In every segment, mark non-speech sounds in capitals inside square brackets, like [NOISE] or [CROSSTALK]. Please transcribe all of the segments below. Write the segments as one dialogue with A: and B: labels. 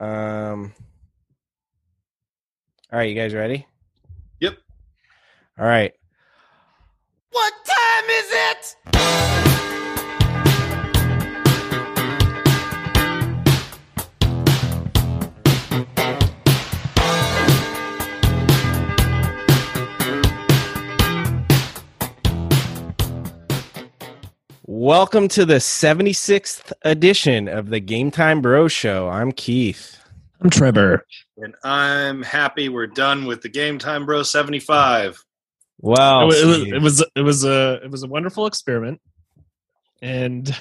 A: Um. All right, you guys ready?
B: Yep.
A: All right.
C: What time is it?
A: Welcome to the 76th edition of the Game Time Bro Show. I'm Keith.
D: I'm Trevor.
B: And I'm happy we're done with the Game Time Bro 75.
D: It
A: Wow.
D: was, it was
A: Steve.
D: it was it was a it was a wonderful experiment, and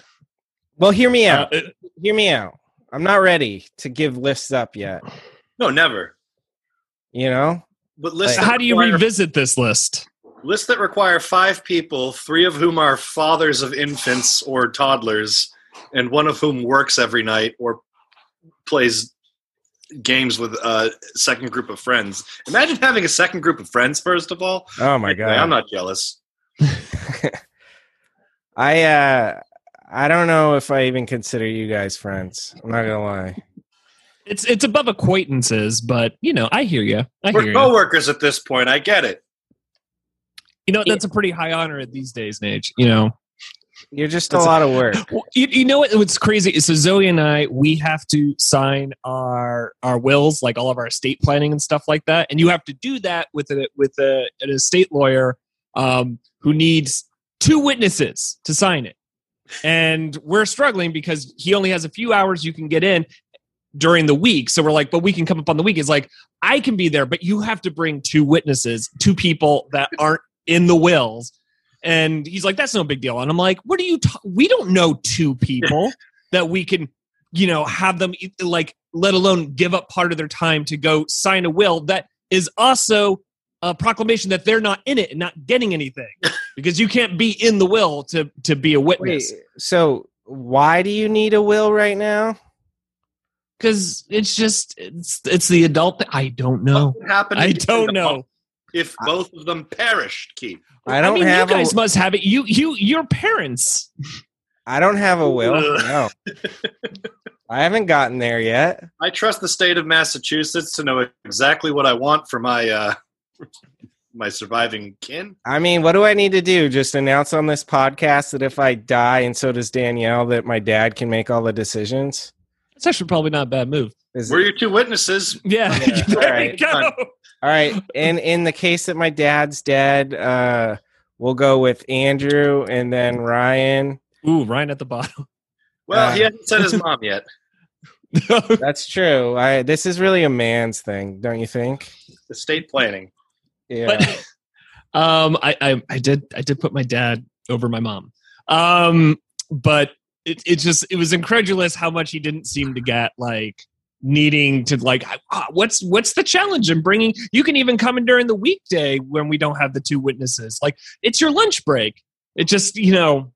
A: well, hear me
D: uh,
A: out.
D: it-
A: Hear me out. I'm not ready to give lists up yet.
B: No, never.
A: You know?
B: But lists that
D: how do you
B: require-
D: revisit this list?
B: lists that require five people, three of whom are fathers of infants or toddlers, and one of whom works every night or plays games with a second group of friends. Imagine having a second group of friends, first of all.
A: Oh my
B: Anyway,
A: god.
B: I'm not jealous.
A: I uh I don't know if I even consider you guys friends. I'm not gonna lie.
D: It's it's above acquaintances, but you know I hear you. I hear
B: We're
D: you.
B: coworkers at this point. I get it.
D: You know that's a pretty high honor at these days and age. You know,
A: You're just a
D: That's a-
A: lot of
B: [LAUGHS]
A: work.
D: Well, you, you know what, what's crazy? So Zoe and I we have to sign our our wills, like all of our estate planning and stuff like that, and you have to do that with a with a, an estate lawyer um, who needs two witnesses to sign it. And we're struggling because he only has a few hours you can get in during the week. So we're like, but we can come up on the week. It's like, I can be there, but you have to bring two witnesses, two people that aren't in the wills. And he's like, that's no big deal. And I'm like, what are you, ta- we don't know two people that we can, you know, have them e- like, let alone give up part of their time to go sign a will that is also a proclamation that they're not in it and not getting anything because you can't be in the will to to be a
A: Wait,
D: witness
A: so why do you need a will right now?
D: because it's just it's it's the adult that i don't know
B: What would happen
D: i
B: if-
D: don't know
B: if both of them perished, Keith?
A: I don't
D: mean,
A: have
D: you
A: a
D: guys must have it. You, you, your parents.
A: I don't have a will.
B: Ugh.
A: No. I haven't gotten there yet.
B: I trust the state of Massachusetts to know exactly what I want for my uh, [LAUGHS] my surviving kin.
A: I mean, what do I need to do? Just announce on this podcast that if I die and so does Danielle that my dad can make all the decisions?
D: That's actually probably not a bad move.
A: Is
B: We're your two witnesses.
D: Yeah,
B: Yeah,
D: [LAUGHS] there
A: alright,
D: we go.
B: fine.
A: All right. And in the case that my dad's dead, uh, we'll go with Andrew and then Ryan.
D: Ooh, Ryan at the bottom. [LAUGHS]
B: Well, he
A: Uh, [LAUGHS]
B: hasn't said his mom yet.
A: That's true. I this is really a man's thing, don't you think?
B: Estate planning.
A: Yeah.
D: But [LAUGHS] um, I, I, I did, I did put my dad over my mom. Um, but it, it just, it was incredulous how much he didn't seem to get like needing to like ah, what's what's the challenge in bringing you can even come in during the weekday when we don't have the two witnesses like it's your lunch break it just you know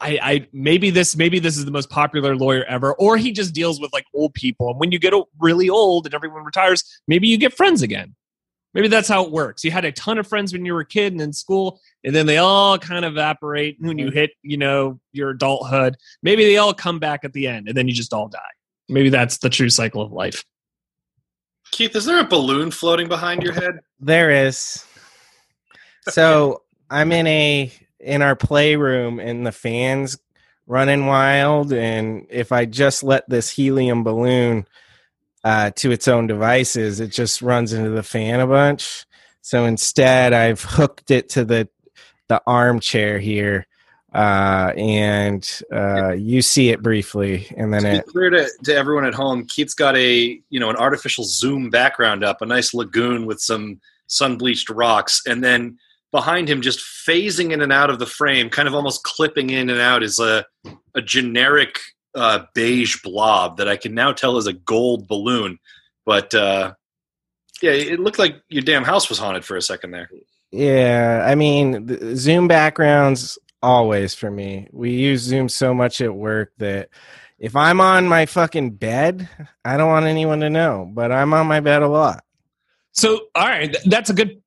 D: i i maybe this maybe this is the most popular lawyer ever or he just deals with like old people and when you get o- really old and everyone retires maybe you get friends again maybe that's how it works you had a ton of friends when you were a kid and in school and then they all kind of evaporate when you hit you know your adulthood maybe they all come back at the end and then you just all die maybe that's the true cycle of life
B: Keith, is there a balloon floating behind your head?
A: There is. So I'm in a in our playroom and the fans running wild and if I just let this helium balloon uh, to its own devices, it just runs into the fan a bunch. So instead I've hooked it to the the armchair here uh and uh you see it briefly and then
B: To be
A: it
B: clear to, to everyone at home, Keith's got a you know an artificial zoom background up, a nice lagoon with some sun bleached rocks, and then behind him, just phasing in and out of the frame, kind of almost clipping in and out, is a a generic uh, beige blob that I can now tell is a gold balloon. But uh, yeah, it looked like your damn house was haunted for a second there.
A: Yeah, I mean, th- Zoom backgrounds always for me. We use Zoom so much at work that if I'm on my fucking bed, I don't want anyone to know, but I'm on my bed a lot.
D: So, all right, th- that's a good.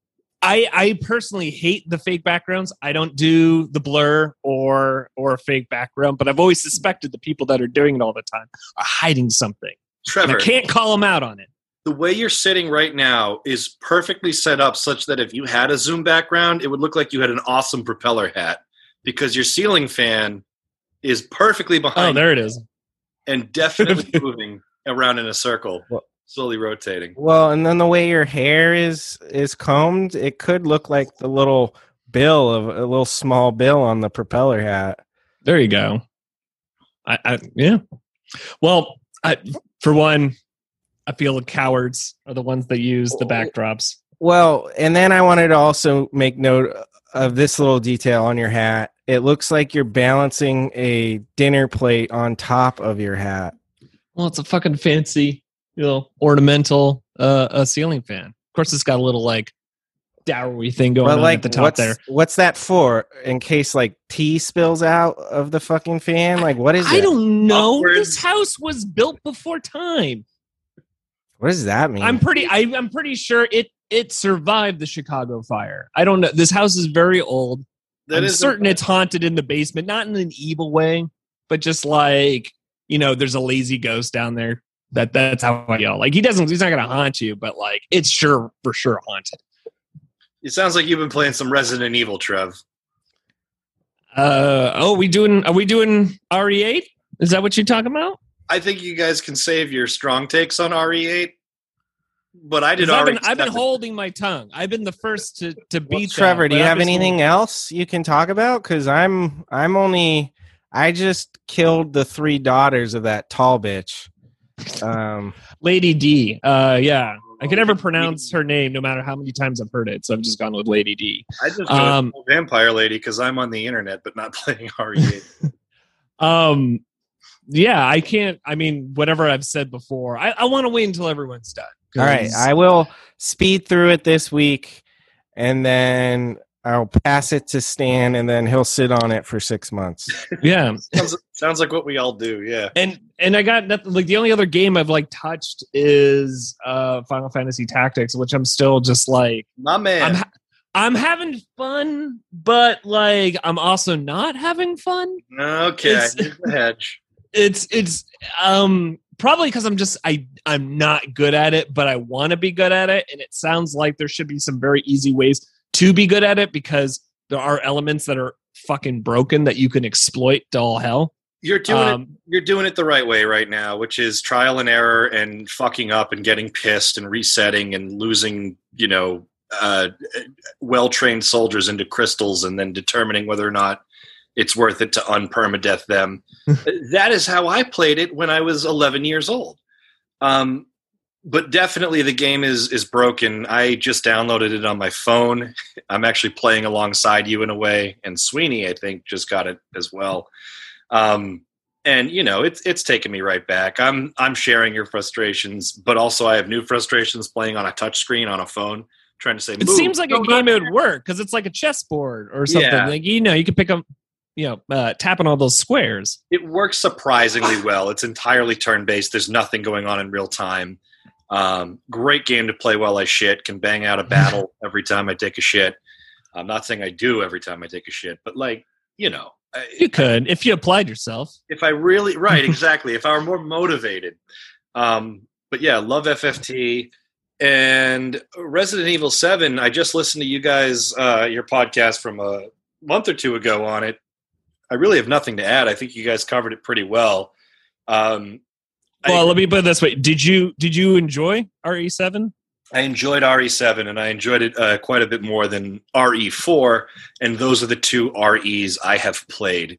D: I I personally hate the fake backgrounds. I don't do the blur or or a fake background, but I've always suspected the people that are doing it all the time are hiding something. And I
B: Trevor,
D: can't call him out on it.
B: the way you're sitting right now is perfectly set up such that if you had a zoom background, it would look like you had an awesome propeller hat because your ceiling fan is perfectly
D: Oh,
B: behind
D: there it is. [LAUGHS]
B: and definitely moving around in a circle,
A: Well-
B: slowly rotating.
A: Well, and then the way your hair is is combed, it could look like the little bill of a little small bill on the propeller hat.
D: There you go. I, I yeah. Well, I, for one, I feel the cowards are the ones that use the backdrops.
A: Well, and then I wanted to also make note of this little detail on your hat. It looks like you're balancing a dinner plate on top of your hat.
D: Well, it's a fucking fancy, you know, ornamental uh, a ceiling fan. Of course, it's got a little like dowry thing going
A: But
D: on
A: like
D: at the top
A: what's
D: there.
A: what's that for? In case like tea spills out of the fucking fan? Like what is
D: I
A: it?
D: don't know.
B: Upwards.
D: This house was built before time.
A: what does that mean?
D: I'm pretty. I, I'm pretty sure it it survived the Chicago fire. I don't know. This house is very old.
B: That
D: I'm
B: is
D: certain it's haunted in the basement, not in an evil way, but just like you know, there's a lazy ghost down there. That that's how I yell. Like he doesn't. He's not gonna haunt you, but like it's sure for sure haunted.
B: It sounds like you've been playing some Resident Evil, Trev.
D: Uh oh. We doing? Are we doing RE8? Is that what you're talking about?
B: I think you guys can save your strong takes on RE8, but I
D: 'Cause
B: did E
D: I've
B: already.
D: been, I've been
B: separate-
D: holding my tongue. I've been the first to to beat.
A: Well,
D: that,
A: Trevor, do
D: but
A: you
D: I'm
A: have
D: just-
A: anything else you can talk about? Because I'm I'm only I just killed the three daughters of that tall bitch. Um,
D: Lady D. Uh, yeah. I
B: Oh,
D: can never pronounce her name no matter how many times I've heard it. So I've just gone with Lady D.
B: I just
D: Um,
B: um, Vampire Lady because I'm on the internet, but not [LAUGHS] playing E RE8.
D: Um, yeah, I can't. I mean, whatever I've said before, I, I want to wait until everyone's done.
A: all right,
D: 'Cause-
A: I will speed through it this week, and then I'll pass it to Stan, and then he'll sit on it for six months.
D: [LAUGHS] yeah. [LAUGHS]
B: sounds, sounds like what we all do. Yeah.
D: and and I got nothing. Like the only other game I've like touched is uh Final Fantasy Tactics, which I'm still just like
B: My man.
D: I'm ha- I'm having fun, but like I'm also not having fun.
B: okay.
D: It's-
B: here's the hedge.
D: it's it's um probably because i'm just i i'm not good at it but i want to be good at it and it sounds like there should be some very easy ways to be good at it because there are elements that are fucking broken that you can exploit to all hell
B: You're doing it.
D: um,
B: You're doing it the right way right now, which is trial and error and fucking up and getting pissed and resetting and losing. You know, uh, well trained soldiers into crystals and then determining whether or not it's worth it to unpermadeath them. that is how I played it when I was 11 years old. Um, but definitely the game is is broken. I just downloaded it on my phone. I'm actually playing alongside you in a way, and Sweeney I think just got it as well. Um, and you know it's it's taken me right back. I'm I'm sharing your frustrations, but also I have new frustrations playing on a touchscreen on a phone, trying to say.
D: it
B: "Move,
D: seems like
B: go
D: a
B: back
D: game it would work because it's like a chessboard or something
B: Yeah.
D: like you know you could pick up you know uh tapping all those squares
B: it works surprisingly well. It's entirely turn based. There's nothing going on in real time. Um, great game to play while I shit. Can bang out a battle every time I take a shit. I'm not saying I do every time I take a shit, but like you know, I-
D: you could if you applied yourself
B: if I really right exactly if I were more motivated. Um, but yeah, love FFT and Resident Evil Seven. I just listened to you guys uh, your podcast from a month or two ago on it. I really have nothing to add. I think you guys covered it pretty well. Um, I-
D: well let me put it this way did you did you enjoy E re7
B: I enjoyed RE7 and I enjoyed it uh, quite a bit more than RE4, and those are the two REs I have played.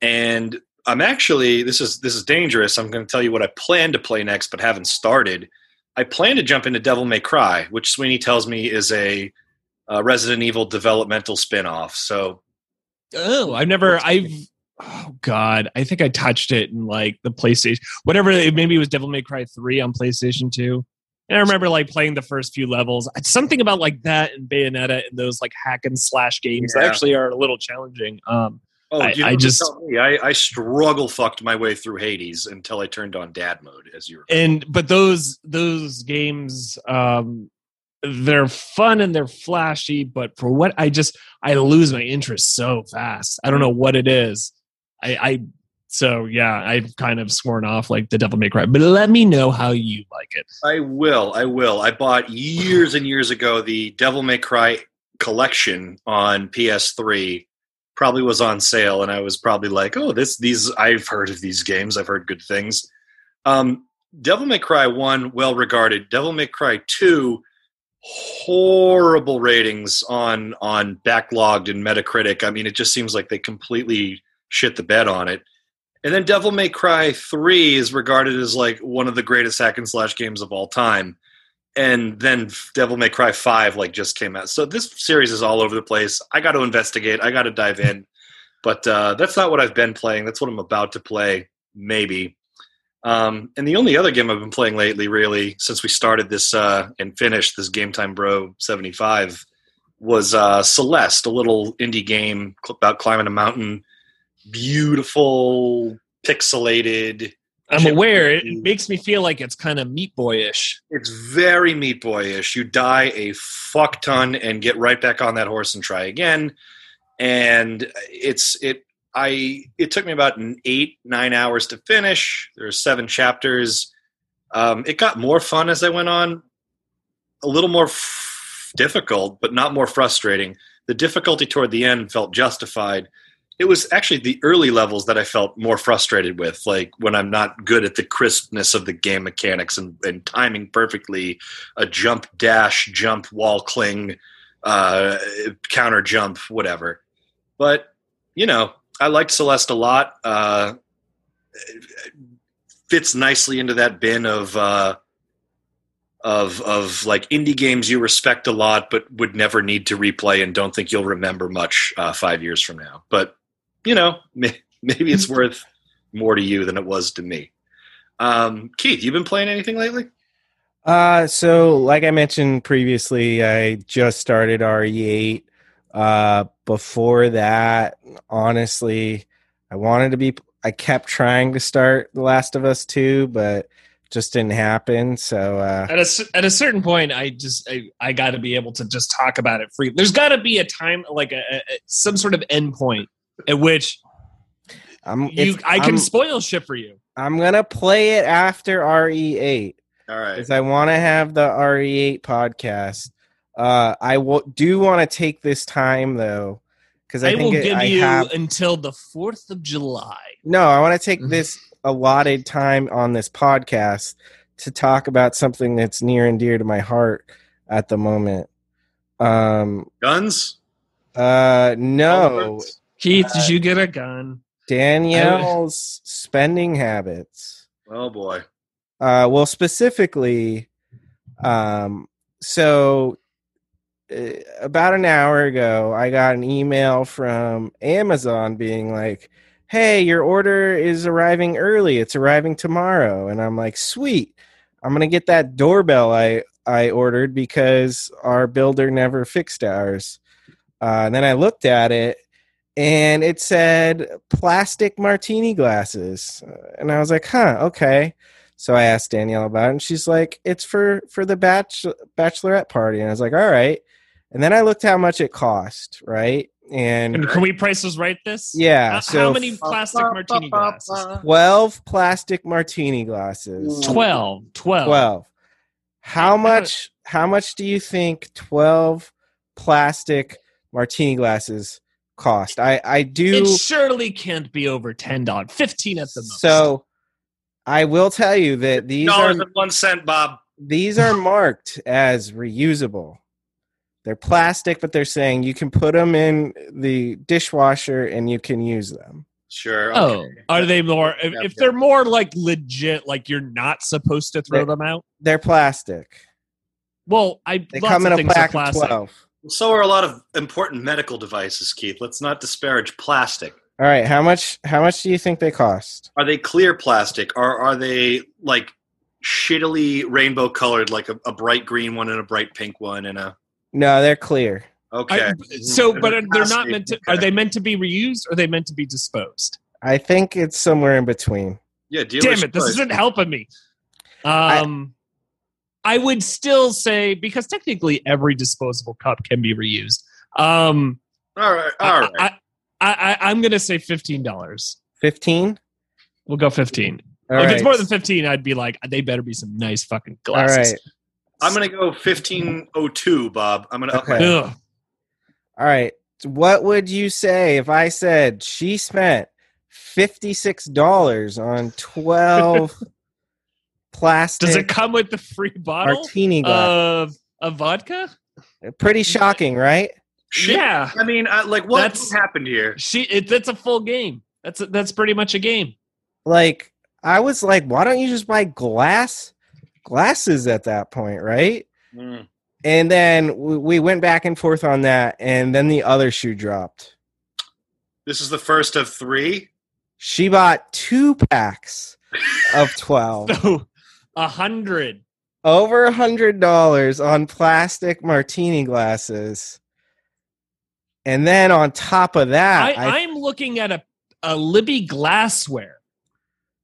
B: And I'm actually this is this is dangerous. I'm going to tell you what I plan to play next, but haven't started. I plan to jump into Devil May Cry, which Sweeney tells me is a uh, Resident Evil developmental spin-off. So
D: Oh, I've never. I've. Oh God, I think I touched it in like the PlayStation, whatever. it- Maybe it was Devil May Cry three on PlayStation two. And I remember like playing the first few levels. It's Something about like that and Bayonetta and those like hack and slash games that
B: Yeah.
D: actually are a little challenging. Um,
B: oh,
D: I-
B: you
D: I
B: don't
D: just-
B: tell me. I, I struggle fucked my way through Hades until I turned on Dad mode, as you were.
D: and but those those games, um, they're fun and they're flashy. But for what I just I lose my interest so fast. I don't know what it is. I, I So yeah, I've kind of sworn off like the Devil May Cry, but let me know how you like it.
B: I will. I will. I bought years and years ago the Devil May Cry collection on PS3. Probably was on sale, and I was probably like, "Oh, this these I've heard of these games. I've heard good things." Um, Devil May Cry one, well regarded. Devil May Cry two, horrible ratings on on backlogged and Metacritic. I mean, it just seems like they completely shit the bed on it. And then Devil May Cry 3 is regarded as like one of the greatest hack and slash games of all time. And then Devil May Cry 5 like just came out. So this series is all over the place. I got to investigate. I got to dive in. But uh, that's not what I've been playing. That's what I'm about to play, maybe. Um, and the only other game I've been playing lately, really, since we started this uh, and finished this Game Time Bro 75, was uh, Celeste, a little indie game about climbing a mountain beautiful, pixelated.
D: I'm aware it makes me feel like it's kind of Meat Boy-ish.
B: It's very Meat Boy-ish. You die a fuck ton and get right back on that horse and try again. And it's it. I it took me about an eight nine hours to finish. There are seven chapters. Um, it got more fun as I went on. A little more f- difficult, but not more frustrating. The difficulty toward the end felt justified it was actually the early levels that I felt more frustrated with, like when I'm not good at the crispness of the game mechanics and, and timing perfectly a jump, dash, jump, wall cling, uh, counter jump, whatever. But, you know, I liked Celeste a lot. Uh, fits nicely into that bin of. Uh, of of like indie games you respect a lot, but would never need to replay and don't think you'll remember much uh, five years from now. But you know, [LAUGHS] maybe
A: [LAUGHS]
B: it's worth more to you than it was to me. Um, Keith, you been playing anything lately?
A: Uh, so like I mentioned previously, I just started RE8. Uh, before that, honestly, I wanted to be. I kept trying to start The Last of Us 2, but just didn't happen. So uh,
D: At a at a certain point, I just I, I got to be able to just talk about it free. There's got to be a time like a, a some sort of endpoint at which
A: I'm
D: you
A: it's-
D: I can
A: I'm,
D: spoil shit for you.
A: I'm gonna play it after RE8
B: All right.
A: because I want to have the RE8 podcast. Uh, I will, do want to take this time though because I,
D: I, will
A: think it-
D: give
A: I
D: you
A: have
D: until the fourth of July.
A: no. I want to take
D: Mhm.
A: this allotted time on this podcast to talk about something that's near and dear to my heart at the moment. Um.
B: Guns?
A: Uh. No.
B: Guns?
D: Keith,
A: Uh,
D: did you get a gun?
A: Danielle's spending habits.
B: Oh boy.
A: Uh, well, specifically, um, so uh, about an hour ago, I got an email from Amazon being like, "Hey, your order is arriving early. It's arriving tomorrow." And I'm like, "Sweet, I'm gonna get that doorbell I I ordered because our builder never fixed ours." Uh, and then I looked at it. And it said plastic martini glasses. And I was like, huh, okay so I asked Danielle about it, and she's like, "It's for for the bach- bachelorette party." And I was like, "All right." And then I looked how much it cost, right? And
D: And can we price was right this?
A: yeah,
D: How,
A: so
D: how many plastic martini glasses?
A: twelve plastic martini glasses.
D: Mm.
B: Ooh.
D: 12. 12.
A: Twelve. How
D: I don't-
A: much? How much do you think twelve plastic martini glasses cost? I I do.
D: It surely can't be over $10. 15 at the most.
A: So I will tell you that these are
B: Dollars and one cent, Bob.
A: these are marked as reusable. They're plastic, but they're saying you can put them in the dishwasher and you can use them.
B: Sure.
D: Oh,
B: okay.
D: are they more? If,
B: Yeah,
D: if
B: yeah.
D: they're more like legit, like you're not supposed to throw
A: They-
D: them out.
A: They're plastic.
D: Well, I
A: They
D: lots
A: come in
D: of
A: a
D: things are
A: pack of
D: plastic.
A: 12.
B: So are a lot of important medical devices, Keith. Let's not disparage plastic.
A: All right, how much how much do you think they cost?
B: Are they clear plastic or are they like shittily rainbow colored, like a, a bright green one and a bright pink one and a
A: No, they're clear.
B: okay.
D: I- so,
B: They're
D: but are- they're not
B: plastic,
D: meant to.
B: okay.
D: Are they meant to be reused? Or are they meant to be disposed?
A: I think it's somewhere in between.
B: Yeah, dealer's
D: Damn it! This
B: choice.
D: isn't helping me. Um, I, would still say because technically every disposable cup can be reused. Um,
B: all right. All right.
D: I, I, I, I'm gonna say fifteen dollars.
A: Fifteen?
D: We'll go 15.
A: All
D: if
A: right.
D: it's more than 15, I'd be like, they better be some nice fucking
A: All
D: glasses.
A: right.
B: I'm gonna go 1502, Bob. I'm gonna up my
A: Okay.
D: Ugh.
A: All right. What would you say if I said she spent $56 on
D: [LAUGHS]
A: 12 plastic
D: Does it come with the free bottle
A: martini glasses?
D: of, of vodka? Uh,
A: Pretty shocking, right?
B: shit.
D: Yeah.
B: I mean, I, like what
D: That's-
B: happened here?
D: She it, that's a full game. That's a, that's pretty much a game. [LAUGHS]
A: Like I was like, why don't you just buy glass glasses at that point, right?
B: Mm.
A: And then w- we went back and forth on that and then the other shoe dropped.
B: This is the first of three.
A: She bought two packs of
D: [LAUGHS]
A: 12.
D: So a hundred.
A: over a hundred dollars on plastic martini glasses and then on top of
D: I,
A: that
D: I, am looking at a, a Libby glassware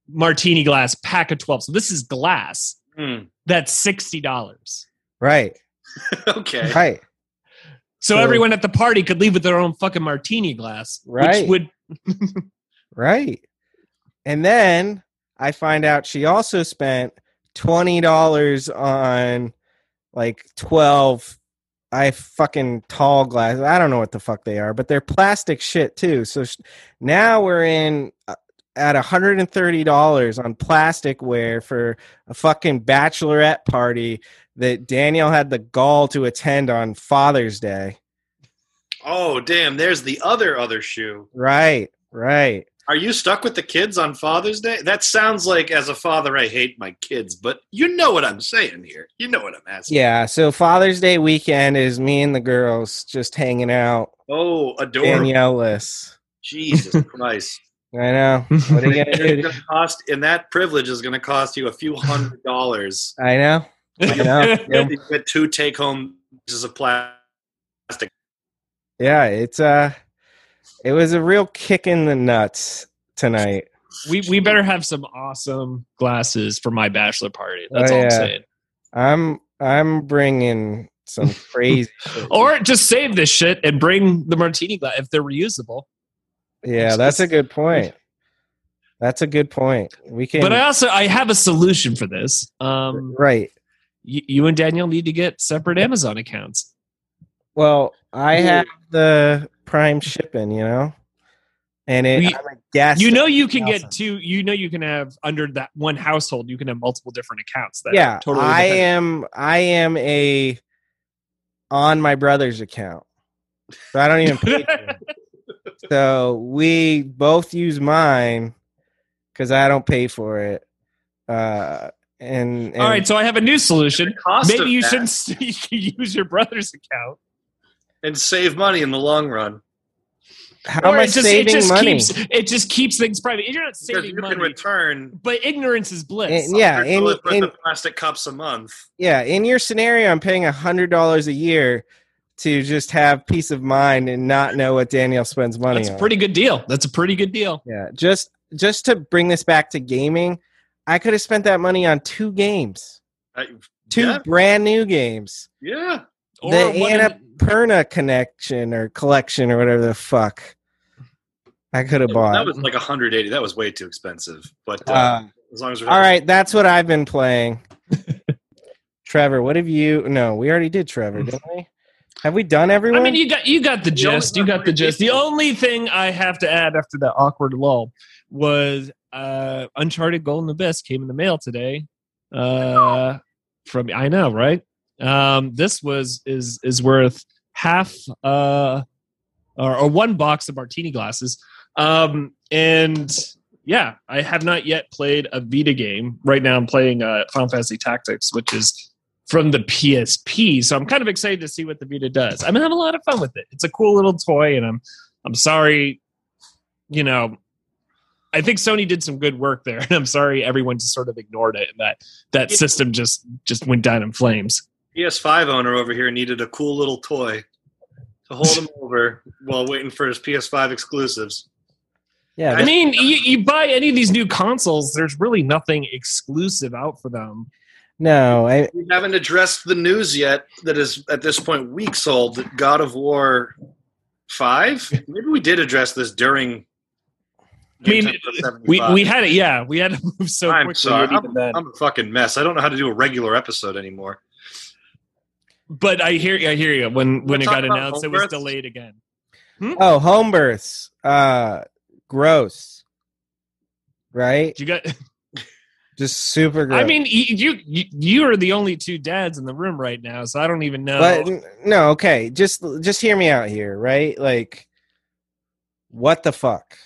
D: martini glass pack of 12. So this is glass.
A: Hmm.
B: Mm.
D: That's $60.
A: right
B: [LAUGHS] Okay.
A: right
D: So
A: So-
D: everyone at the party could leave with their own fucking martini glass,
A: Right.
D: which
A: [LAUGHS]
D: would
A: right and then i find out she also spent $20 on like 12 i fucking tall glasses i don't know what the fuck they are but they're plastic shit too so sh- now we're in uh, at $130 on plasticware for a fucking bachelorette party that daniel had the gall to attend on father's day
B: Oh damn! There's the other other shoe.
A: right right
B: Are you stuck with the kids on Father's Day? That sounds like, as a father, I hate my kids, but you know what I'm saying here. You know what I'm asking.
A: Yeah, so Father's Day weekend is me and the girls just hanging out.
B: Oh, adorable.
A: Danielle-less. [LAUGHS]
B: Jesus Christ.
A: I know. What
D: [LAUGHS]
A: are you gonna
B: It's
A: do?
B: gonna cost, and that privilege is going to cost you a few hundred dollars.
A: I know. I know. Yep.
B: You get two take home pieces of plastic.
A: Yeah, it's uh it was a real kick in the nuts tonight.
D: we, we better have some awesome glasses for my bachelor party. That's
A: Oh,
D: all I'm
A: yeah.
D: saying.
A: I'm I'm bringing some crazy shit.
D: Or just save this shit and bring the martini glass if they're reusable.
A: Yeah, that's a good
D: [LAUGHS]
A: point. That's a good point. We can
D: But I also I have a solution for this. Um,
A: right.
D: you, you and Daniel need to get separate Amazon accounts.
A: Well, I
D: Ooh.
A: have the prime shipping, you know? And it
D: We-
A: I'm a guest.
D: You know you can
A: Awesome.
D: get two. You know you can have under that one household. You can have multiple different accounts. That
A: yeah
D: are totally.
A: i
D: different.
A: am i am a on my brother's account so i don't even
D: [LAUGHS]
A: pay for it. so we both use mine because i don't pay for it uh and, and
D: All right, so I have a new solution.
B: Cost
D: Maybe
B: of
D: you
B: that
D: shouldn't s- [LAUGHS] you should use your brother's account.
B: and save money in the long run.
A: how am
D: Or
A: i
D: it just,
A: saving
D: it just
A: money
D: Keeps, it just keeps things private. You're not
B: Because
D: saving
B: you
D: money,
B: can return
D: but ignorance is bliss.
A: And- Eh, yeah
B: hundred
A: in,
B: dollars worth
A: in,
B: of plastic cups a month.
A: yeah in your scenario i'm paying a hundred dollars a year to just have peace of mind and not know what danielle spends money
D: That's a
A: on
D: pretty good deal. That's a pretty good deal.
A: Yeah, just just to bring this back to gaming, I could have spent that money on two games,
B: I,
A: two
B: Yeah.
A: brand new games,
B: yeah.
D: Or
A: the
D: one of-
A: Annapurna connection or collection or whatever the fuck. I could have
B: That
A: bought.
B: was like 180. That was way too expensive. But uh,
A: Uh,
B: as long as we're
A: all right, that's what I've been playing. Trevor, what have you? No, we already did Trevor, didn't we? Have we done everyone?
D: I mean, you got you got the
B: The only
D: gist. You got the gist. The only thing I have to add after that awkward lull was uh, Uncharted Golden Abyss came in the mail today. Uh, from I know, right? Um, this was is is worth half uh, or, or one box of martini glasses. Um, and yeah, I have not yet played a Vita game. Right now, I'm playing uh, Final Fantasy Tactics, which is from the PSP. So I'm kind of excited to see what the Vita does. I'm having a lot of fun with it. It's a cool little toy, and I'm I'm sorry, you know. I think Sony did some good work there, [LAUGHS] and I'm sorry everyone just sort of ignored it, and that that
B: Yeah.
D: system just just went down in flames.
B: PS5 owner over here needed a cool little toy
A: [LAUGHS]
B: to hold him over while waiting for his PS5 exclusives.
A: yeah,
D: I mean, you, you buy any of these new consoles, there's really nothing exclusive out for them.
A: no, I,
B: We haven't addressed the news yet that is at this point weeks old that God of War 5? Maybe we did address this during
D: I mean, we, we had it. Yeah, we had to [LAUGHS] move so
B: I'm
D: quickly.
B: sorry.
D: even
B: I'm,
D: then.
B: I'm a fucking mess. I don't know how to do a regular episode anymore.
D: but I hear you. I hear you. When when it got
B: talking about
D: announced, it
B: home
D: was
B: births?
D: delayed again.
A: Oh, home births. Uh, gross. Right?
D: You got. [LAUGHS]
A: Just super gross.
D: I mean, y- you you you are the only two dads in the room right now, so I don't even know.
A: but n- no, okay. Just just hear me out here, right? Like, what the fuck?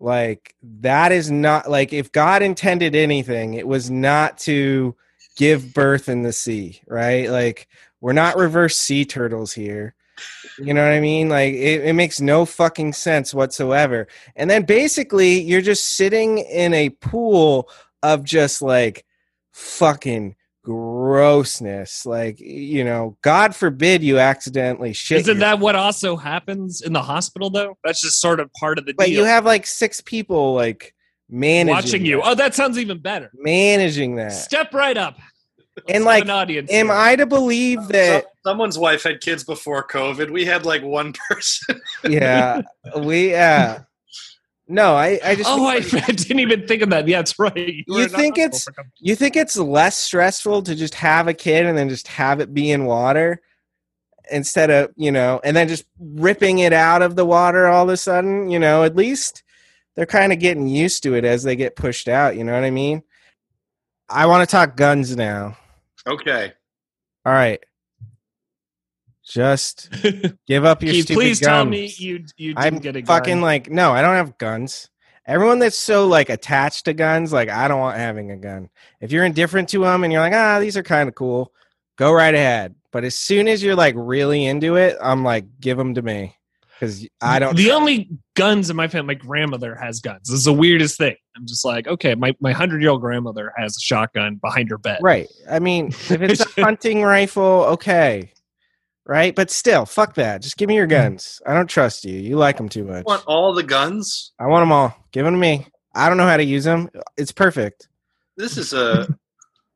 A: Like that is not like if God intended anything, it was not to give birth in the sea, right? Like we're not reverse sea turtles here. You know what I mean? Like it, it makes no fucking sense whatsoever. And then basically you're just sitting in a pool of just like fucking grossness. Like, you know, God forbid you accidentally shit.
D: Isn't
A: your-
D: that what also happens in the hospital though? That's just sort of part of the
A: but
D: deal.
A: you have like six people like managing
D: watching you.
A: that-
D: Oh, that sounds even better.
A: managing that.
D: Step right up.
A: And like
D: Let's have an audience.
A: am
D: here.
A: I to believe
B: So-
A: that
B: someone's wife had kids before COVID. We had like one [LAUGHS] person.
A: yeah, we uh no, I I just
D: [LAUGHS] Oh, [LAUGHS] I, I
A: think-
D: didn't even think of that. Yeah, that's right. You, were in
A: think
D: hospital
A: it's-
D: for a couple-
A: you think it's less stressful to just have a kid and then just have it be in water instead of, you know, and then just ripping it out of the water all of a sudden, you know, at least they're kind of getting used to it as they get pushed out, you know what I mean? I want to talk guns now.
B: Okay.
A: All right. Just [LAUGHS] give up your
D: Keith,
A: stupid
D: please
A: guns.
D: tell me you [LAUGHS] you didn't
A: I'm
D: get a
A: fucking
D: gun.
A: like no, I don't have guns. Everyone that's so like attached to guns, like I don't want having a gun. If you're indifferent to them and you're like, ah, these are kind of cool, go right ahead. But as soon as you're like really into it, I'm like, give them to me because I don't.
D: The only guns in my family, my grandmother has guns. This is the weirdest thing. I'm just like, okay, my my hundred year old grandmother has a shotgun behind her bed.
A: Right. I mean, if it's a hunting rifle, okay. Right, but still, fuck that. Just give me your guns. I don't trust you. You like them too much.
B: You want all the guns?
A: I want them all. Give them to me. I don't know how to use them. It's perfect.
B: This is a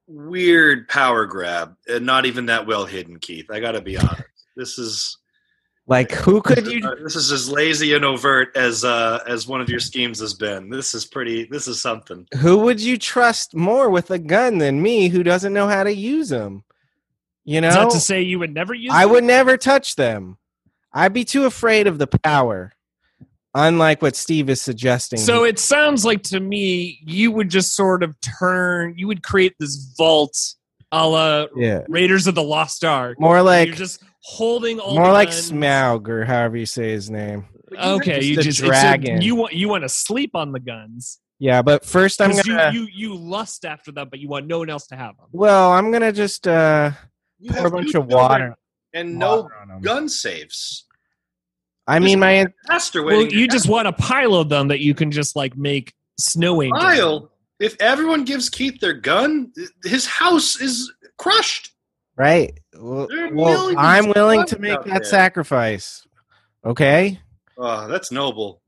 B: weird power grab and not even that well hidden, Keith. I got to be honest. This is
A: Like, who could you
B: this is as lazy and overt as uh, as one of your schemes has been. This is pretty. This is something.
A: who would you trust more with a gun than me who doesn't know how to use them you
D: It's
A: know
D: not to say you would never use.
A: i
D: them.
A: would never touch them i'd be too afraid of the power unlike what steve is suggesting
D: So it sounds like to me, you would just sort of turn. You would create this vault, a la
A: yeah
D: Raiders of the Lost Ark.
A: more
D: you're
A: like
D: just holding all.
A: more
D: the
A: like
D: guns.
A: smaug or however you say his name
D: Okay,
A: just
D: you
A: a
D: just it's a-
A: dragon.
D: you want you want to sleep on the guns.
A: yeah but first i'm
D: 'Cause
A: gonna
D: you, you you lust after them, but you want no one else to have them.
A: well i'm gonna just uh
B: You
A: pour a
B: have
A: bunch
B: two
A: of water,
B: children and no
A: water on 'em.
B: gun safes.
A: i mean my
B: Pastor
D: Well,
B: waiting. to
D: you just want a pile of them that you can just like make snow angels.
B: Kyle, if everyone gives Keith their gun, his house is crushed.
A: right well,
B: There are
A: well,
B: millions
A: i'm
B: of
A: willing
B: guns
A: to make
B: out
A: that
B: there.
A: sacrifice okay
B: Oh, that's noble.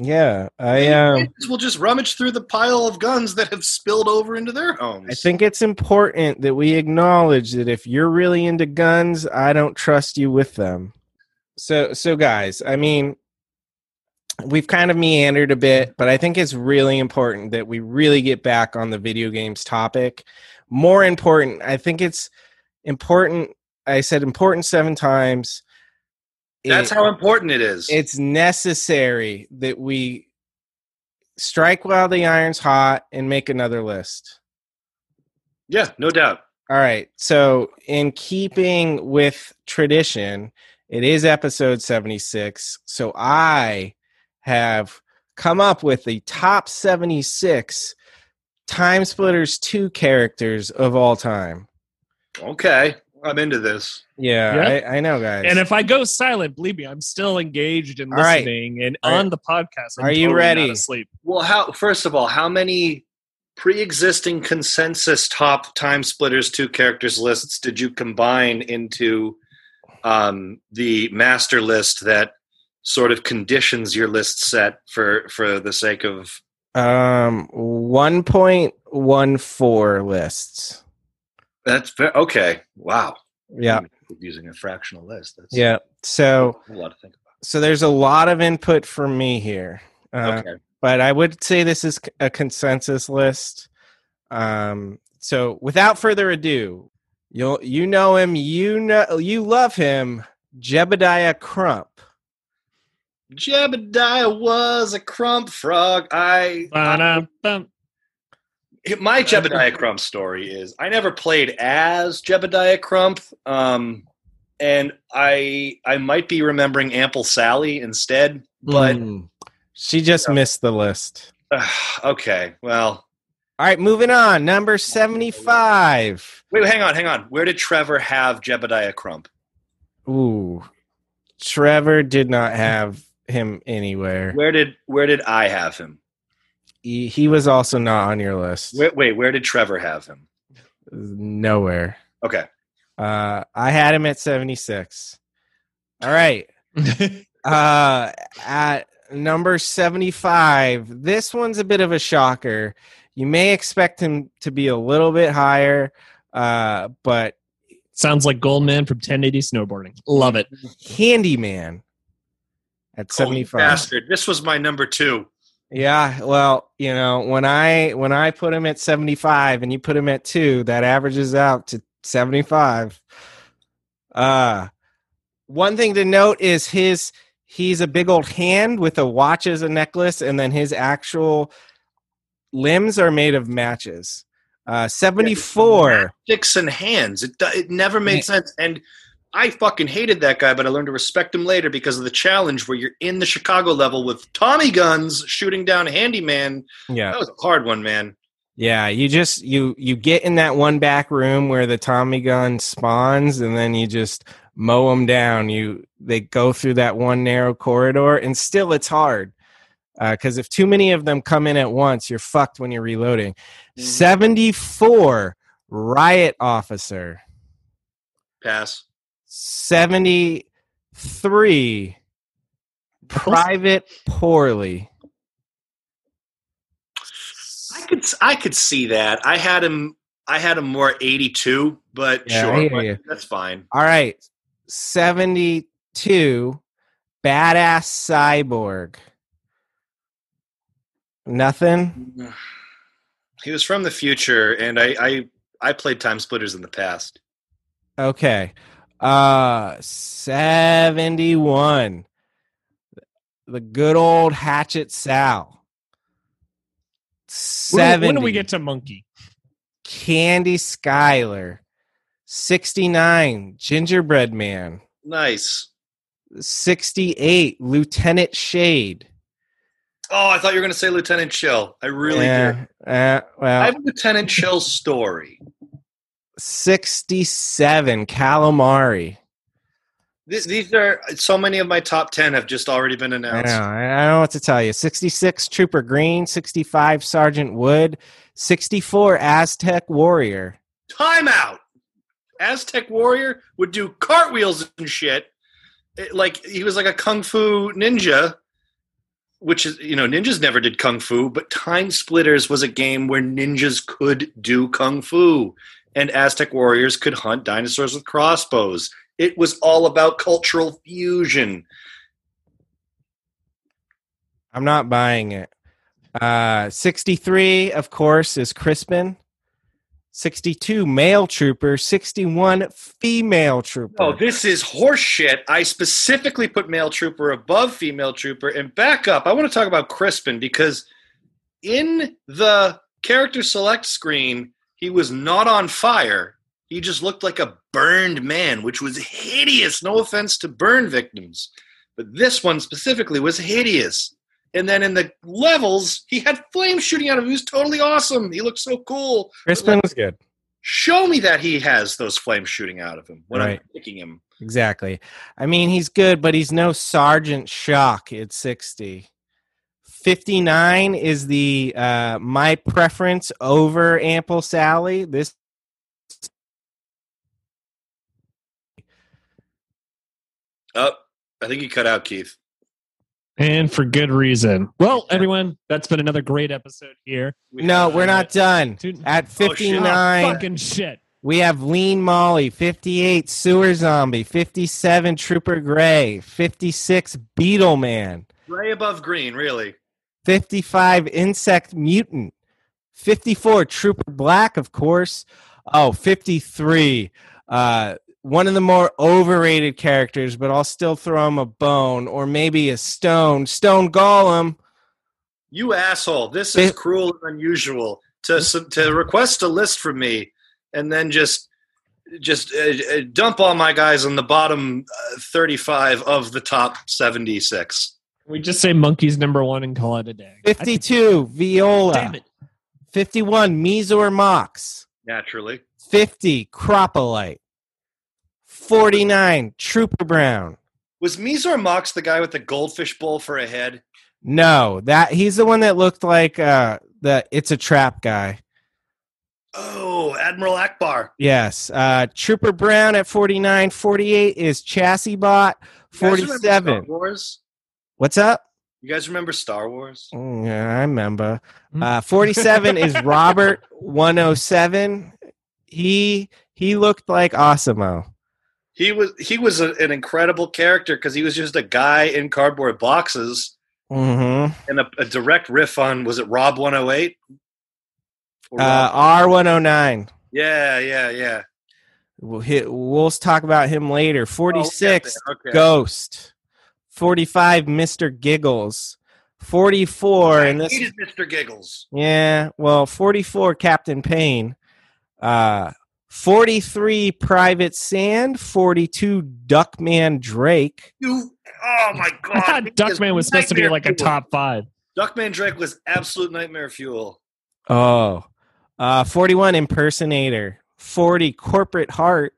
A: yeah i um
B: We'll just rummage through the pile of guns that have spilled over into their homes.
A: I think it's important that we acknowledge that if you're really into guns, I don't trust you with them. So so guys, I mean we've kind of meandered a bit, but I think it's really important that we really get back on the video games topic. More important, I think it's important I said important 7 times.
B: that's
A: It-
B: how important it is.
A: it's necessary that we strike while the iron's hot and make another list.
B: yeah, no doubt.
A: All right. So, in keeping with tradition, it is episode 76. So, I have come up with the top 76 Time Splitters 2 characters of all time.
B: Okay, I'm into this.
A: Yeah,
D: Yeah.
A: I, I know, guys.
D: And if I go silent, believe me, I'm still engaged and
A: All right.
D: listening and
A: All right.
D: on the podcast. I'm
A: Are you
D: totally
A: ready?
D: Not asleep.
B: Well, how? First of all, how many pre-existing consensus top time splitters two characters lists did you combine into um, the master list that sort of conditions your list set for for the sake of?
A: um, 1.14 lists.
B: That's fair. okay. Wow.
A: Yeah.
B: Using a fractional list. That's
A: Yeah. So,
B: A lot to think
A: so there's a lot of input from me here. Uh,
B: about. okay.
A: but I would say this is a consensus list. Um, so without further ado, you'll you know him, you know you love him, Jebediah Crump.
B: Jebediah was a crump frog. I, I
D: Ba-da-bum.
B: my Jebediah Crump story is I never played as Jebediah Crump, um, and I I might be remembering Ample Sally instead. But
A: Mm. she just missed the list.
B: okay, well,
A: All right, moving on. Number 75.
B: wait, hang on, hang on. Where did Trevor have Jebediah Crump?
A: Ooh. Trevor did not have him anywhere.
B: Where did where did I have him?
A: He, he was also not on your list.
B: Where, wait, where did Trevor have him?
A: Nowhere.
B: Okay,
A: Uh, I had him at 76. All right. Uh, at number 75, this one's a bit of a shocker. You may expect him to be a little bit higher, uh, but
D: [LAUGHS] Sounds like Goldman from 1080 Snowboarding. Love it.
A: Handyman at
B: Holy
A: 75.
B: bastard. This was my number two.
A: Yeah, well, you know, when I when I put him at 75 and you put him at 2, that averages out to 75. Uh one thing to note is his he's a big old hand with a watch as a necklace and then his actual limbs are made of matches. Uh 74.
B: Dicks and hands. It do- it never made sense. And I fucking hated that guy, but I learned to respect him later because of the challenge where you're in the Chicago level with Tommy guns shooting down handyman.
A: Yeah.
B: That was a hard one, man.
A: Yeah, you just you you get in that one back room where the Tommy gun spawns, and then you just mow them down. You they go through that one narrow corridor, and still it's hard because if too many of them come in at once, you're fucked when you're reloading. Seventy four riot officer,
B: Pass.
A: seventy three private poorly.
B: I could I could see that. I had him I had him more 82, but
A: Yeah, I
B: sure.
A: hear
B: but
A: you.
B: That's fine.
A: All right, seventy two badass cyborg. Nothing.
B: He was from the future and I I, I played Time Splitters in the past.
A: Okay. Uh 71. The good old hatchet Sal.
D: When,
A: 70.
D: when do we get to Monkey?
A: Candy Skyler? 69. Gingerbread Man.
B: Nice.
A: 68. Lieutenant Shade.
B: Oh, I thought you were going to say Lieutenant Chill. I really
A: yeah,
B: did.
A: uh, well,
B: I have a Lieutenant Chill story.
A: 67. Calamari.
B: This, these are so many of my top ten have just already been
A: I
B: announced.
A: know. I I don't know what to tell you. 66 Trooper Green, 65 Sergeant Wood, 64 Aztec Warrior.
B: Timeout. Aztec warrior would do cartwheels and shit. It- like he was like a kung fu ninja, which is you know ninjas never did kung fu, but Time Splitters was a game where ninjas could do kung fu, and Aztec warriors could hunt dinosaurs with crossbows. It was all about cultural fusion.
A: I'm not buying it. Uh, 63, of course, is Crispin. 62 male trooper, 61 female trooper.
B: Oh, this is horseshit. I specifically put male trooper above female trooper. And back up, I want to talk about Crispin because in the character select screen, he was not on fire. He just looked like a burned man, which was hideous. No offense to burn victims, but this one specifically was hideous. And then in the levels, he had flames shooting out of him. He was totally awesome. He looked so cool.
A: Crispin was good.
B: Show me that he has those flames shooting out of him when
A: Right.
B: I'm picking him.
A: Exactly. I mean, he's good, but he's no Sergeant Shock at 60. 59 is the uh, my preference over Ample Sally. This
B: Oh, I think you cut out, Keith.
D: And for good reason. Well, everyone, that's been another great episode here.
A: No, we're not done.
D: Dude.
A: At
B: Oh, shit.
A: 59,
D: Fucking shit.
A: we have Lean Molly, 58 Sewer Zombie, 57 Trooper Gray, 56 Beetle Man,
B: Gray above green, really.
A: 55 insect mutant 54 trooper black of course oh 53 uh one of the more overrated characters but i'll still throw him a bone or maybe a stone stone golem
B: You asshole! This is
A: Ba-
B: cruel and unusual to sub- to request a list from me and then just just uh, uh, dump all my guys on the bottom uh, 35 of the top 76.
D: We just say monkey's number one and call it a day. I think-
A: 52 viola
D: Damn it.
A: 51 Mizor Mox,
B: Naturally,
A: 50 Cropolite, 49 Trooper Brown.
B: was Mizor Mox the guy with the goldfish bowl for a head?
A: No, that he's the one that looked like uh the it's a trap guy.
B: Oh, Admiral Akbar.
A: Yes. Uh Trooper Brown at 49, 48 is Chassis Bot,
B: You guys
A: 47.
B: remember Star Wars.
A: What's up?
B: You guys remember Star Wars?
A: Mm, yeah, I remember.
D: Hmm.
A: Uh 47 is Robert 107. He he looked like Osimo.
B: He was he was a, an incredible character because he was just a guy in cardboard boxes
A: Mhm.
B: and a, a direct riff on was it Rob 108? Or
A: Uh
B: Rob-
A: R109.
B: yeah, yeah, yeah.
D: Oh,
A: We'll, hit, we'll talk about him later. 46,
B: Oh, okay, okay.
A: Ghost. 45, Mr. Giggles. 44, and
B: He
A: this,
B: did Mr. Giggles.
A: yeah, well, 44, Captain Payne. Uh, 43, Private Sand. 42, Duckman Drake.
B: You, oh
D: [LAUGHS]
B: my god!
D: I thought
B: He is
D: Duckman was supposed to be
B: nightmare
D: like a
B: fuel.
D: top five.
B: Duckman Drake was absolute nightmare fuel.
A: Oh. Uh, 41, Impersonator. 40, Corporate Heart.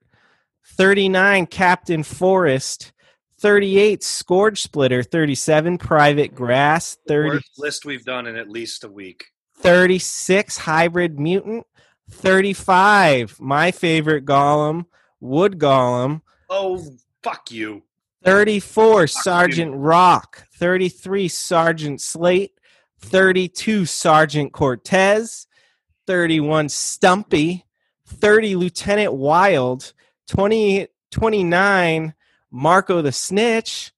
A: 39, Captain Forest. 38, Scourge Splitter. 37, Private Grass. 30,
B: Worst list we've done in at least a week.
A: 36, Hybrid Mutant. 35, my favorite Golem, Wood Golem.
B: Oh fuck you!
A: 34, Sergeant Rock. 33, Sergeant Slate. 32, Sergeant Cortez. 31, Stumpy. 30, Lieutenant Wild. 20, 29, Marco the Snitch.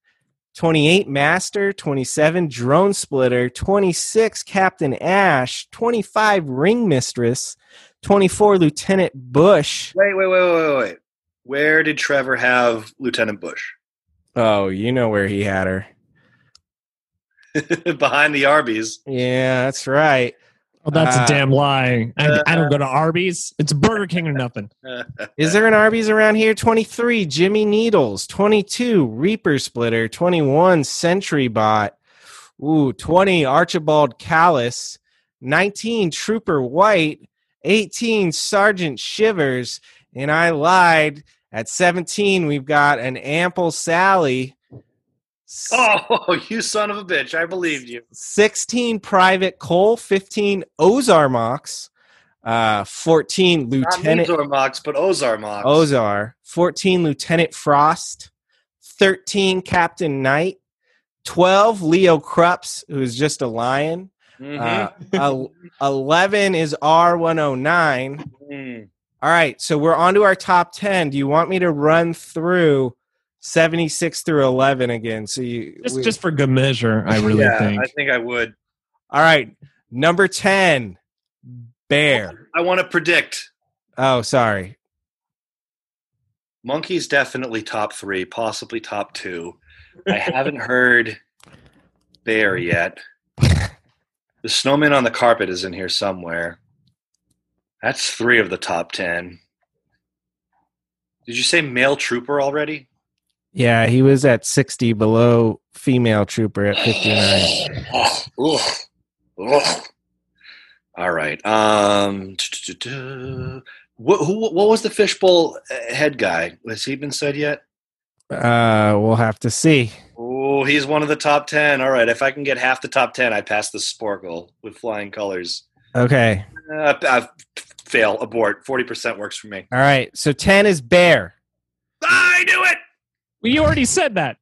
A: 28, Master. 27, Drone Splitter. 26, Captain Ash. 25, Ring Mistress. 24, Lieutenant Bush.
B: Wait, wait, wait, wait, wait, wait. Where did Trevor have Lieutenant Bush? [LAUGHS]
A: Oh, you know where he had her.
B: Behind the Arby's.
A: Yeah, that's right.
D: Oh, that's
A: Uh,
D: a damn lie. I, I don't go to Arby's. It's Burger King or nothing.
A: Is there an Arby's around here? 23, Jimmy Needles. 22, Reaper Splitter. 21, Sentry Bot. Ooh, 20, Archibald Callis. 19, Trooper White. 18, Sergeant Shivers. And I lied. At 17, we've got an Ample Sally. [LAUGHS] S-
B: Oh, you son of a bitch! I believed you.
A: 16, Private Cole. 15, Ozarmox. Uh, 14,
B: Not
A: Lieutenant.
B: Ozar Mox, but Ozar Mox.
A: Ozar, 14 Lieutenant Frost, 13 Captain Knight, 12 Leo Krups, who is just a lion.
B: Mhm.
A: Uh,
D: Mm-hmm.
A: el- 11 is R109.
B: Mm.
A: All right, so we're on to our top 10. Do you want me to run through 76 through 11 again? So you
D: Just,
A: we-
D: just for good measure, [LAUGHS] I really
B: yeah,
D: think.
B: I think I would.
A: All right, number 10, Bear.
B: I want to predict.
A: Oh, sorry.
B: Monkey's definitely top three, possibly top two. I
D: [LAUGHS]
B: haven't heard Bear yet. The snowman on the carpet is in here somewhere. That's three of the top ten. Did you say male trooper already?
A: Yeah, he was at 60 below female trooper at 59.
B: Ugh. Ugh. All right. Um, du-du-du-du. what, who, what was the fishbowl uh, head guy? Has he been said yet?
A: Uh, we'll have to see.
B: Oh, he's one of the top 10. All right. If I can get half the top 10, I pass the Sporkle with flying colors.
A: Okay.
B: Uh, I fail, abort. 40% works for me.
A: All right. So 10 is bear.
B: I knew it.
D: Well, you already said that.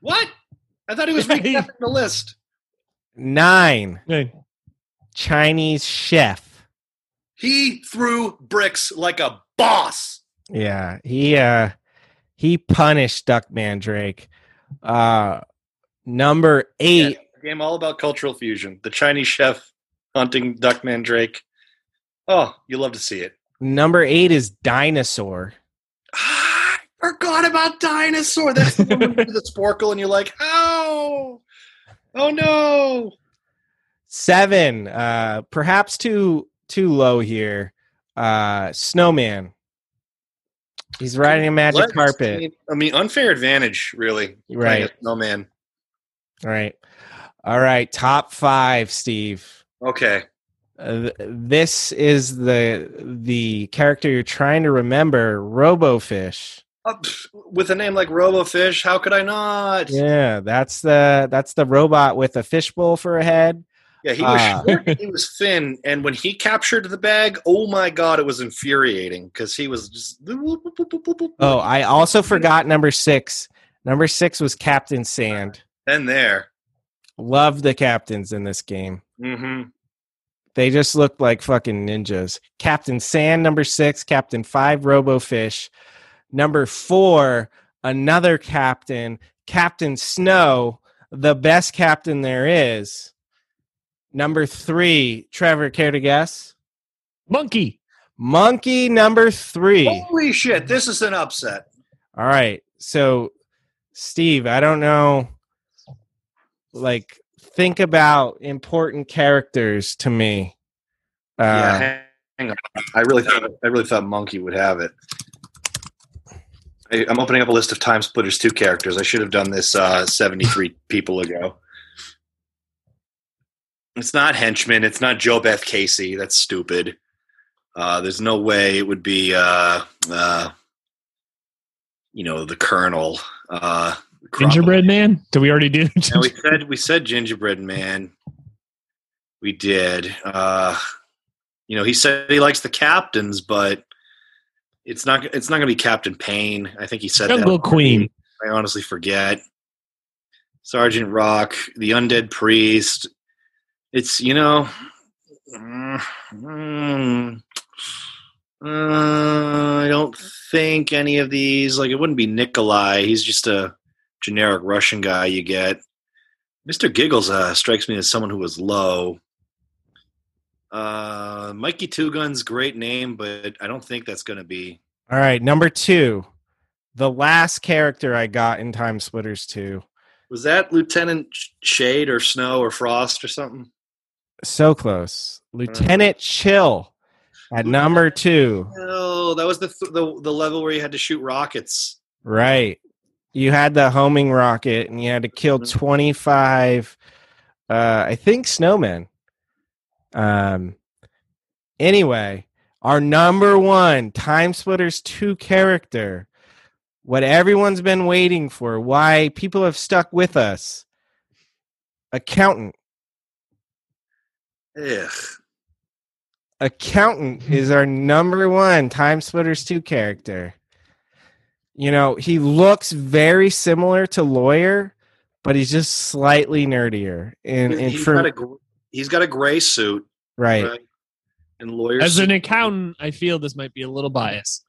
B: What? I thought he was recapping the list.
A: 9
D: Hey,
A: Chinese chef.
B: He threw bricks like a boss.
A: Yeah. He uh he punished Duckman Drake. Uh number 8
B: A game all about cultural fusion. The Chinese chef hunting duck mandrake. Oh, you love to see it.
A: Number eight is Dinosaur.
B: Ah, I forgot about dinosaur. That's the one with the [LAUGHS] sporkle, and you're like, oh, oh no.
A: Seven, uh, perhaps too too low here. Uh, Snowman. He's riding a magic
B: Let's-
A: carpet.
B: I mean, unfair advantage, really.
A: Right.
B: No man.
A: Right. All right. Top five, Steve.
B: Okay.
A: Uh, th- this is the the character you're trying to remember, Robofish.
B: Uh, pff, with a name like RoboFish, how could I not? Yeah,
A: Yeah, that's the that's the robot with a fishbowl for a head.
B: he was
A: Ah.
B: short, he was thin, and when he captured the bag, oh my god, it was infuriating because he was just.
A: Oh, I also forgot number six. Number six was Captain Sand.
B: and there.
A: Love the captains in this game.
B: hmm
A: They just looked like fucking ninjas. Captain Sand, number six. Captain Five, Robofish. Number four, another captain, Captain Snow, the best captain there is. Number three, Trevor, care to guess?
D: Monkey.
A: Monkey number three.
B: Holy shit! This is an upset.
A: All right. So, Steve, I don't know. Like, think about important characters to me. Uh,
B: yeah, hang- hang on. I really thought I really thought Monkey would have it. I, I'm opening up a list of Time Splitters two characters. I should have done this uh, [LAUGHS] 73 people ago. It's not henchman. It's not Joe Beth Casey. That's stupid. Uh, there's no way it would be, uh, uh, you know, the Colonel. Uh,
D: Gingerbread man? Did we already do? [LAUGHS]
B: yeah, we said we said gingerbread man. We did. Uh, you know, he said he likes the captains, but it's not it's not going to be Captain Payne. I think he said
D: Jungle
B: that.
D: Queen.
B: I honestly forget. Sergeant Rock, the undead priest. It's you know. [SIGHS] mm, mm, uh, I don't think any of these. Like, it wouldn't be Nikolai. He's just a generic Russian guy you get. Mr. Giggles uh, strikes me as someone who was low. Uh, Mikey Two Guns, great name, but I don't think that's going to be.
A: All right. Number two, the last character I got in Time Splitters 2.
B: Was that Lieutenant Sh- Shade or Snow or Frost or something?
A: So close. Lieutenant Chill at number two.
B: No, that was the th- the the level where you had to shoot rockets.
A: Right. You had the homing rocket and you had to kill
B: Mhm.
A: 25 uh I think snowmen. Um anyway, our number 1 Time Splitters 2 character. What everyone's been waiting for, why people have stuck with us. Accountant.
B: Ugh.
A: Accountant is our number 1 Time Splitters 2 character. You know, he looks very similar to Lawyer, but he's just slightly nerdier. And, and
B: he's,
A: for
B: got a, gr- he's got a gray suit,
A: right,
B: right? And lawyers.
D: As an accountant, I feel this might be a little biased.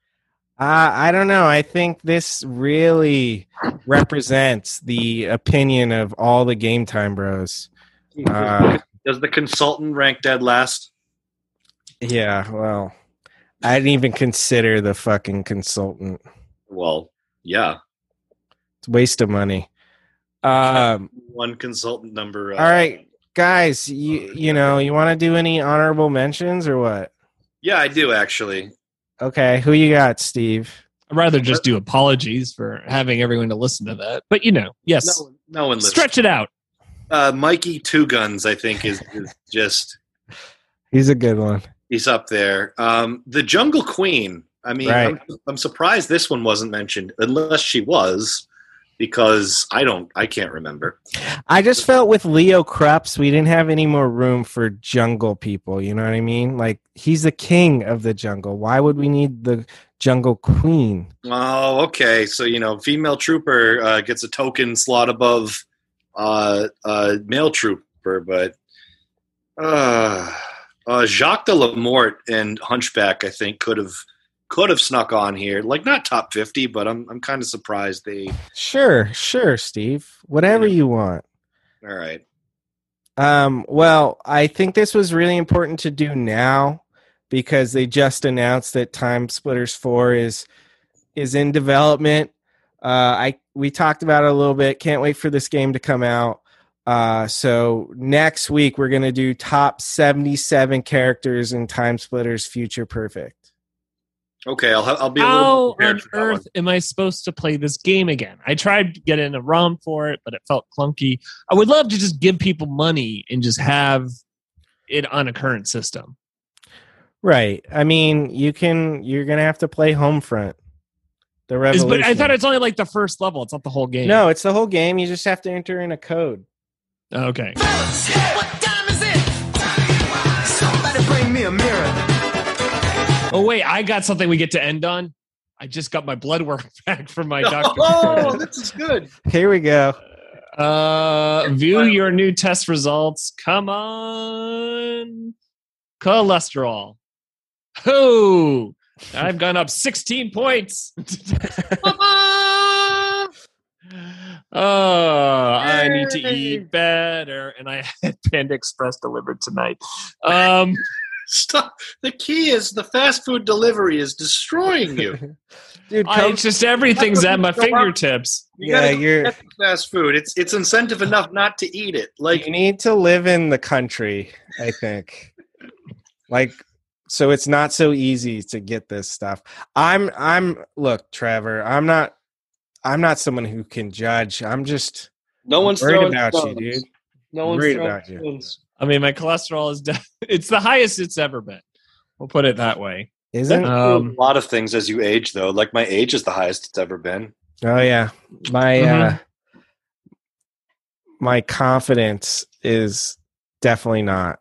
A: Uh, I don't know. I think this really represents the opinion of all the game time bros. Uh,
B: does the consultant rank dead last?
A: yeah, well, I didn't even consider the fucking consultant.
B: Well, yeah,
A: It's a waste of money. Um,
B: one consultant number. Uh,
A: All right. guys, you you know, you want to do any honorable mentions or what?
B: Yeah, I do actually.
A: Okay, who you got, Steve?
D: I'd rather just do apologies for having everyone to listen to that. But you know, yes.
B: No, no one listens.
D: Stretch it out.
B: Uh, Mikey Two Guns, I think, is, is just
A: He's a good one.
B: he's up there. Um, the Jungle Queen. I mean,
A: Right.
B: I'm, I'm surprised this one wasn't mentioned, unless she was, because I don't, I can't remember.
A: I just felt with Leo Krups, we didn't have any more room for jungle people. You know what I mean? Like he's the king of the jungle. Why would we need the jungle queen?
B: Oh, okay. So you know, female trooper uh, gets a token slot above uh, uh, male trooper, but uh, uh, Jacques de Lamort and Hunchback, I think, could have could have snuck on here. Like not top fifty, but I'm I'm kind of surprised they.
A: Sure, sure, Steve. Whatever you want.
B: All right,
A: Um, well, I think this was really important to do now because they just announced that Time Splitters Four is is in development. Uh, I we talked about it a little bit. Can't wait for this game to come out. Uh, so next week we're gonna do top seventy seven characters in Time Splitters Future Perfect.
B: Okay, I'll, I'll be a little
D: How on
B: prepared for that one.
D: earth am I supposed to play this game again? I tried to get in a ROM for it, but it felt clunky. I would love to just give people money and just have it on a current system.
A: Right. I mean, you can. You're gonna have to play Homefront. The
D: Is-
A: revolution.
D: But I thought it's only like the first level. It's not the whole game.
A: no. It's the whole game. You just have to enter in a code.
D: Okay.
C: What time is it? Somebody bring me a mirror.
D: Oh wait, I got something we get to end on. I just got my blood work [LAUGHS] back from my doctor.
B: [LAUGHS] Oh, this is good.
A: Here we go.
D: Uh, view your new test results. Come on, cholesterol. Who? I've gone up 16 points. [LAUGHS] oh, I need to eat better. And I had [LAUGHS] Panda Express delivered tonight. Um,
B: Stop. The key is the fast food delivery is destroying you.
A: [LAUGHS] Dude,
D: I,
A: come,
D: it's just everything's at my fingertips.
B: You gotta
A: Yeah,
B: go
A: you're-
B: get the fast food. It's it's incentive enough not to eat it. Like
A: you need to live in the country, I think. like so it's not so easy to get this stuff. I'm I'm look, Trevor, I'm not I'm not someone who can judge. I'm just
E: No one's
A: worried
E: throwing
A: about
E: stones.
A: you, dude.
E: No
A: I'm
E: one's
A: worried
E: throwing
A: about you.
E: stones.
D: I mean, my cholesterol is, de- [LAUGHS] it's the highest it's ever been. We'll put it that way.
A: Isn't
D: Um,
B: a lot of things as you age, though. Like my age is the highest it's ever been.
A: Oh yeah. My uh Mm-hmm. my confidence is definitely not.